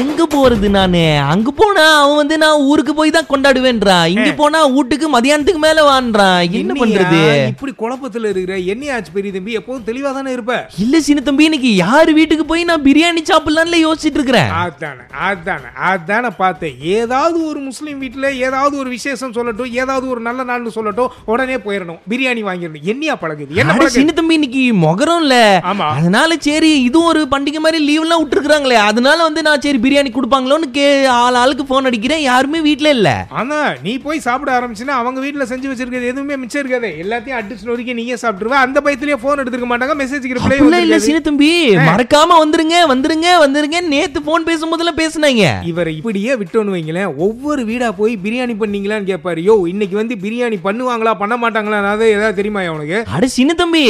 எங்க போறது நானு அங்க போனா அவன் வந்து நான் ஊருக்கு போய் தான் கொண்டாடுவேன்றான் இங்க போனா வீட்டுக்கு மதியானத்துக்கு மேல வான்றான் என்ன என்னையா, பண்றது இப்படி குழப்பத்துல இருக்கிற என்னைய ஆச்சு பெரிய தம்பி எப்போதும் தெளிவா தானே இருப்ப இல்ல சின்ன தம்பி இன்னைக்கு யார் வீட்டுக்கு போய் நான் பிரியாணி சாப்பிடலாம்ல யோசிச்சுட்டு இருக்கிறேன் அதானே அதானே அதானே பார்த்தேன் ஏதாவது ஒரு முஸ்லீம் வீட்டுல ஏதாவது ஒரு விசேஷம் சொல்லட்டும் ஏதாவது ஒரு நல்ல நாள்னு சொல்லட்டும் உடனே போயிடணும் பிரியாணி வாங்கிடணும் என்னையா பழகுது என்ன அட, பழகுது சின்ன தம்பி இன்னைக்கு மொகரம் இல்ல ஆமா. அதனால சரி இதுவும் ஒரு பண்டிகை மாதிரி லீவ் எல்லாம் விட்டுருக்காங்களே அதனால வந்து நான் சரி பிரியாணி கொடுப்பாங்களோன்னு கே ஆள் ஆளுக்கு போன் அடிக்கிறேன் யாருமே வீட்ல இல்ல ஆனா நீ போய் சாப்பிட ஆரம்பிச்சுன்னா அவங்க வீட்டுல செஞ்சு வச்சிருக்கிறது எதுவுமே மிச்சம் இருக்காது எல்லாத்தையும் அடிச்சு நொறுக்கி நீயே சாப்பிட்டுருவ அந்த பயத்திலேயே போன் எடுத்துக்க மாட்டாங்க மெசேஜ் ரிப்ளை அப்படிலாம் இல்ல சின்ன தம்பி மறக்காம வந்துருங்க வந்துருங்க வந்துருங்க நேத்து போன் பேசும்போதெல்லாம் பேசுனாங்க இவரை இப்படியே விட்டோன்னு வைங்களேன் ஒவ்வொரு வீடா போய் பிரியாணி பண்ணீங்களான்னு கேட்பாரு யோ இன்னைக்கு வந்து பிரியாணி பண்ணுவாங்களா பண்ண மாட்டாங்களா ஏதாவது தெரியுமா உனக்கு அட சின்ன தம்பி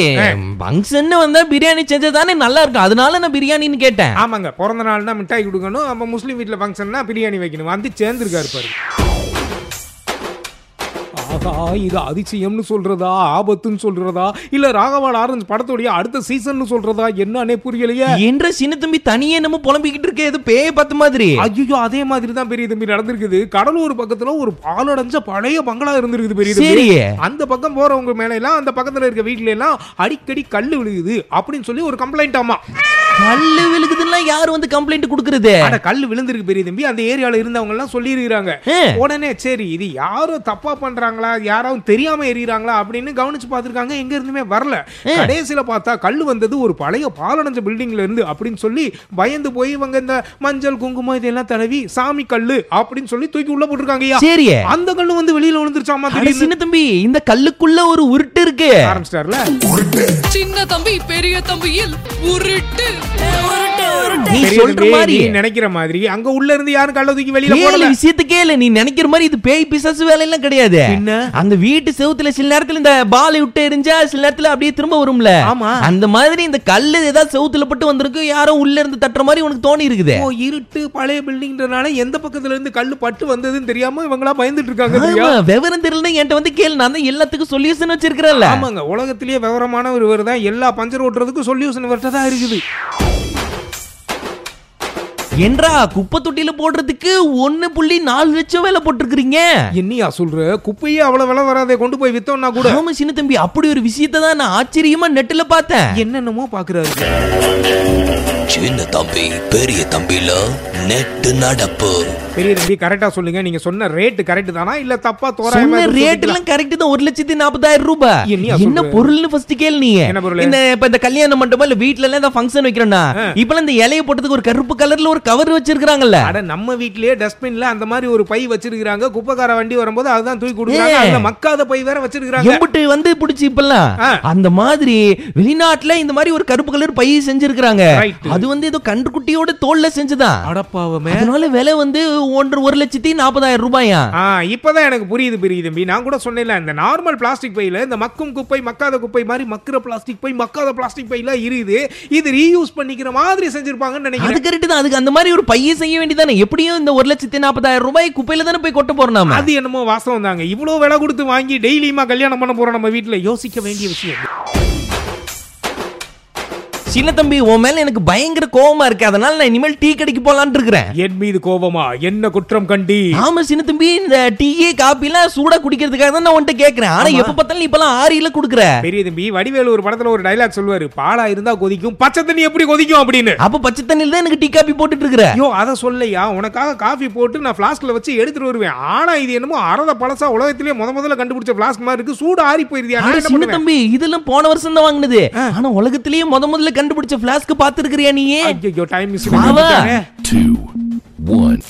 ஃபங்க்ஷன் வந்தா பிரியாணி செஞ்சதானே நல்லா இருக்கும் அதனால நான் பிரியாணின்னு கேட்டேன் ஆமாங்க பிறந்த நாள்னா மிட்டாய் கொடுக்கணும் அப்ப முஸ்லீம் வீட்ல ஃபங்க்ஷன்னா பிரியாணி வைக்கணும் வந்து சேர்ந்துருக்காரு பாரு ஆகா இது அதிசயம்னு சொல்றதா ஆபத்துன்னு சொல்றதா இல்ல ராகவா லாரன்ஸ் படத்துடைய அடுத்த சீசன்னு சொல்றதா என்னன்னே புரியலையே என்ற சின்ன தம்பி தனியே நம்ம புலம்பிக்கிட்டு இருக்க ஏதோ பேய பார்த்த மாதிரி ஐயோ அதே மாதிரி தான் பெரிய தம்பி நடந்திருக்குது கடலூர் பக்கத்துல ஒரு பாலடைஞ்ச பழைய பங்களா இருந்திருக்குது பெரிய தம்பி சரி அந்த பக்கம் போறவங்க மேல எல்லாம் அந்த பக்கத்துல இருக்க வீட்ல எல்லாம் அடிக்கடி கல்லு விழுகுது அப்படின்னு சொல்லி ஒரு கம்ப்ளைண்ட் ஆமா கல்லு விழுகுதுன்னா யாரு வந்து கம்ப்ளைண்ட் கொடுக்கறது ஆனா கல்லு விழுந்திருக்கு பெரிய தம்பி அந்த ஏரியால இருந்தவங்க எல்லாம் சொல்லி இருக்கிறாங்க ஆ. உடனே சரி இது யாரோ தப்பா பண்றாங்களா யாராவது தெரியாம எறிகிறாங்களா அப்படின்னு கவனிச்சு பார்த்திருக்காங்க எங்க இருந்துமே வரல கடைசியில பார்த்தா கல் வந்தது ஒரு பழைய பாலடைஞ்ச பில்டிங்ல இருந்து அப்படின்னு சொல்லி பயந்து போய் இவங்க இந்த மஞ்சள் குங்குமம் இதெல்லாம் தடவி சாமி கல்லு அப்படின்னு சொல்லி தூக்கி உள்ள போட்டிருக்காங்கய்யா சரியே அந்த கல்லு வந்து வெளியில விழுந்துருச்சாமா அட திடீர்னு சின்ன தம்பி இந்த கல்லுக்குள்ள ஒரு உருட்டு இருக்கு ஆரம்பிச்சிட்டார்ல சின்ன தம்பி பெரிய தம்பியில் உருட்டு நீ பெரிய சொல்ற தம்பி, மாதிரி நீ நினைக்கிற மாதிரி அங்க உள்ள இருந்து யாரும் கல்ல தூக்கி வெளியில ஏழு போடல விஷயத்துக்கே இல்ல நீ நினைக்கிற மாதிரி இது பேய் பிசாசு வேலை எல்லாம் கிடையாது என்ன? அந்த வீட்டு செவுத்துல சில நேரத்துல இந்த பால் விட்டு எரிஞ்சா சில நேரத்துல அப்படியே திரும்ப வரும்ல ஆமா. அந்த மாதிரி இந்த கல்லு ஏதாவது செவுத்துல பட்டு வந்திருக்கு யாரோ உள்ள இருந்து தட்டுற மாதிரி உனக்கு தோணி இருக்குது ஓ இருட்டு பழைய பில்டிங்ன்றனால எந்த பக்கத்துல இருந்து கல்லு பட்டு வந்ததுன்னு தெரியாம இவங்களா பயந்துட்டு இருக்காங்க தெரியா? ஆமா, விவரம் தெரியல என்கிட்ட வந்து கேளு நான் தான் எல்லாத்துக்கும் சொல்யூஷன் வச்சிருக்கிறேன்ல ஆமாங்க உலகத்திலேயே விவரமான ஒருவர் தான் எல்லா பஞ்சர் ஓட்டுறதுக்கும் சொல்யூஷன் வரட்ட தான் இருக்குது என்றா குப்பை தொட்டியில போடுறதுக்கு ஒண்ணு புள்ளி நாலு லட்சம் வேலை போட்டிருக்கிறீங்க என்னையா சொல்ற குப்பையே அவ்வளவு விலை வராதே கொண்டு போய் வித்தோம்னா கூட ஆமா சின்ன தம்பி அப்படி ஒரு விஷயத்தை தான் நான் ஆச்சரியமா நெட்டுல பார்த்தேன் என்னென்னமோ பாக்குறாரு சின்ன தம்பி பெரிய தம்பில நெட்டு நடப்பு பெரிய தம்பி கரெக்டா சொல்லுங்க நீங்க சொன்ன ரேட் கரெக்ட் தானா இல்ல தப்பா தோராயமா சொன்ன எதுவும் ரேட் சொல்றீங்களா? எல்லாம் கரெக்ட் தான் ஒரு லட்சத்தி நாற்பதாயிரம் ரூபாய் என்னையா என்ன சொல்ற? பொருள்னு ஃபர்ஸ்ட் கேள் நீ என்ன பொருள்? இந்த இப்ப இந்த கல்யாண மண்டபம் இல்ல வீட்ல எல்லாம் ஏதாவது ஃபங்க்ஷன் வைக்கிறோம்னா இப்பலாம் இந்த இலைய போட்டதுக்கு ஒரு கருப்பு கலர்ல ஒரு கவர் வச்சிருக்காங்கல்ல அட நம்ம வீட்லயே டஸ்ட்பின்ல அந்த மாதிரி ஒரு பை வச்சிருக்காங்க குப்பைக்கார வண்டி வரும்போது அதுதான் தூக்கி கொடுக்குறாங்க ஏய். அதுல மக்காத பை வேற வச்சிருக்காங்க எம்புட்டு வந்து பிடிச்சி இப்பெல்லாம் ஆ. அந்த மாதிரி வெளிநாட்டுல இந்த மாதிரி ஒரு கருப்பு கலர் பை செஞ்சிருக்காங்க Right. அது வந்து ஏதோ கன்றுக்குட்டியோட தோல்ல செஞ்சுதான் அடப்பாவமே அதனால விலை வந்து ஒன்று ஒரு லட்சத்தி நாற்பதாயிரம் ரூபாயா ஆ இப்பதான் எனக்கு புரியுது புரியுது தம்பி நான் கூட சொன்னேன்ல இந்த நார்மல் பிளாஸ்டிக் பையில இந்த மக்கும் குப்பை மக்காத குப்பை மாதிரி மக்கிற பிளாஸ்டிக் பை மக்காத பிளாஸ்டிக் பையில இருக்குது இது ரீயூஸ் பண்ணிக்கிற மாதிரி செஞ்சிருப்பாங்கன்னு அது நினைக்கிறேன் கரெக்ட் தான் அதுக்கு அந்த மாதிரி ஒரு பைய செய்ய வேண்டியதானே எப்படியும் இந்த ஒரு லட்சத்தி நாற்பதாயிரம் ரூபாய் குப்பையில தானே போய் கொட்ட போறோம் நாம அது என்னமோ வாசம் தாங்க இவ்வளவு விலை கொடுத்து வாங்கி டெய்லியுமா கல்யாணம் பண்ண போறோம் நம்ம வீட்டுல யோசிக்க வேண்டிய விஷயம் சின்ன தம்பி உன் மேல எனக்கு பயங்கர கோவமா இருக்கு அதனால நான் இனிமேல் டீ கடைக்கு போலான்னு இருக்கிறேன் என் மீது கோபமா என்ன குற்றம் கண்டி ஆமா சின்ன தம்பி இந்த டீயே காப்பிலாம் சூடா குடிக்கிறதுக்காக தான் நான் உன்கிட்ட கேக்குறேன் ஆனா எப்ப பார்த்தாலும் நீ இப்பலாம் ஆரியில குடுக்குற பெரிய தம்பி வடிவேலு ஒரு படத்துல ஒரு டைலாக் சொல்லுவாரு பாலா இருந்தா கொதிக்கும் பச்சை தண்ணி எப்படி கொதிக்கும் அப்படின்னு அப்ப பச்சை தண்ணியில தான் எனக்கு டீ காப்பி போட்டுட்டு இருக்கிற ஐயோ அதை சொல்லையா உனக்காக காஃபி போட்டு நான் ஃப்ளாஸ்கில் வச்சு எடுத்துட்டு வருவேன் ஆனா இது என்னமோ அறத பழசா உலகத்திலேயே முத முதல்ல கண்டுபிடிச்ச ஃப்ளாஸ்க் மாதிரி இருக்கு சூடு ஆறி போயிருதியா ஆனா சின்ன தம்பி இதெல்லாம் போன வருஷம் தான் வாங்கினது ஆனா உலகத்திலேயே முத முதல்ல கண்டுபிடிச்ச பிளாஸ்க் பாத்துருக்கிறியா நீயே ஐயோ டைம் மிஸ் மாவா. டூ ஒன்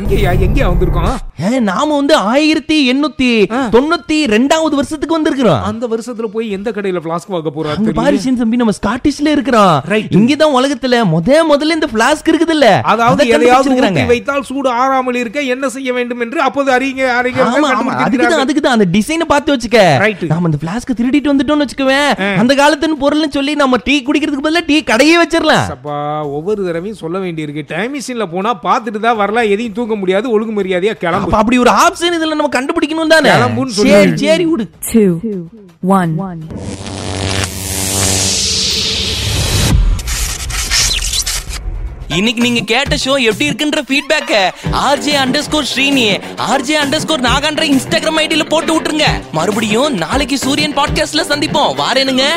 எங்கயா எங்கயா வந்திருக்கோம் ஏ, நாம வந்து ஆயிரத்தி எண்ணூத்தி தொண்ணூத்தி ரெண்டாவது வருஷத்துக்கு வந்திருக்கிறோம் அந்த வருஷத்துல போய் எந்த கடையில ஃப்ளாஸ்க் வாங்க போறா அங்க தெரியல. பாரு சின்ன தம்பி நம்ம ஸ்காட்டிஷ்ல இருக்கிறோம் Right. இங்கதான் உலகத்துல முத முதல்ல இந்த பிளாஸ்க் இருக்குது இல்ல அதாவது எதையாவது ஊற்றி வைத்தால் சூடு ஆறாமல் இருக்க என்ன செய்ய வேண்டும் என்று அப்போது அறிஞ ஆமா ஆமா அதுக்கு தான் அறிஞர்கள் அதுக்கு தான் அந்த டிசைனை பார்த்து வச்சுக்க Right. நாம அந்த பிளாஸ்க் திருடிட்டு வந்துட்டோம்னு வச்சுக்கவேன் அந்த காலத்துன்னு பொருள்னு சொல்லி நம்ம டீ குடிக்கிறதுக்கு பதிலா டீ கடையே வச்சிரலாம் அப்பா ஒவ்வொரு தடவையும் சொல்ல வேண்டியிருக்கு டைம் மிஷின்ல போனா பார்த்துட்டு தான் வரலாம் எதையும் நைட்டையும் தூங்க முடியாது ஒழுங்கு மரியாதையா கிளம்பு அப்ப அப்படி ஒரு ஆப்ஷன் இதுல நம்ம கண்டுபிடிக்கணும் தானே கிளம்புன்னு சரி சொல்லு. சரி விடு two, one. இன்னைக்கு நீங்க கேட்ட ஷோ எப்படி இருக்குன்ற ஃபீட்பேக்க RJ underscore Srini RJ underscore நாகான்ற இன்ஸ்டாகிராம் ஐடியில போட்டு விட்டுருங்க மறுபடியும் நாளைக்கு சூரியன் பாட்காஸ்ட்ல சந்திப்போம் வாரேனுங்க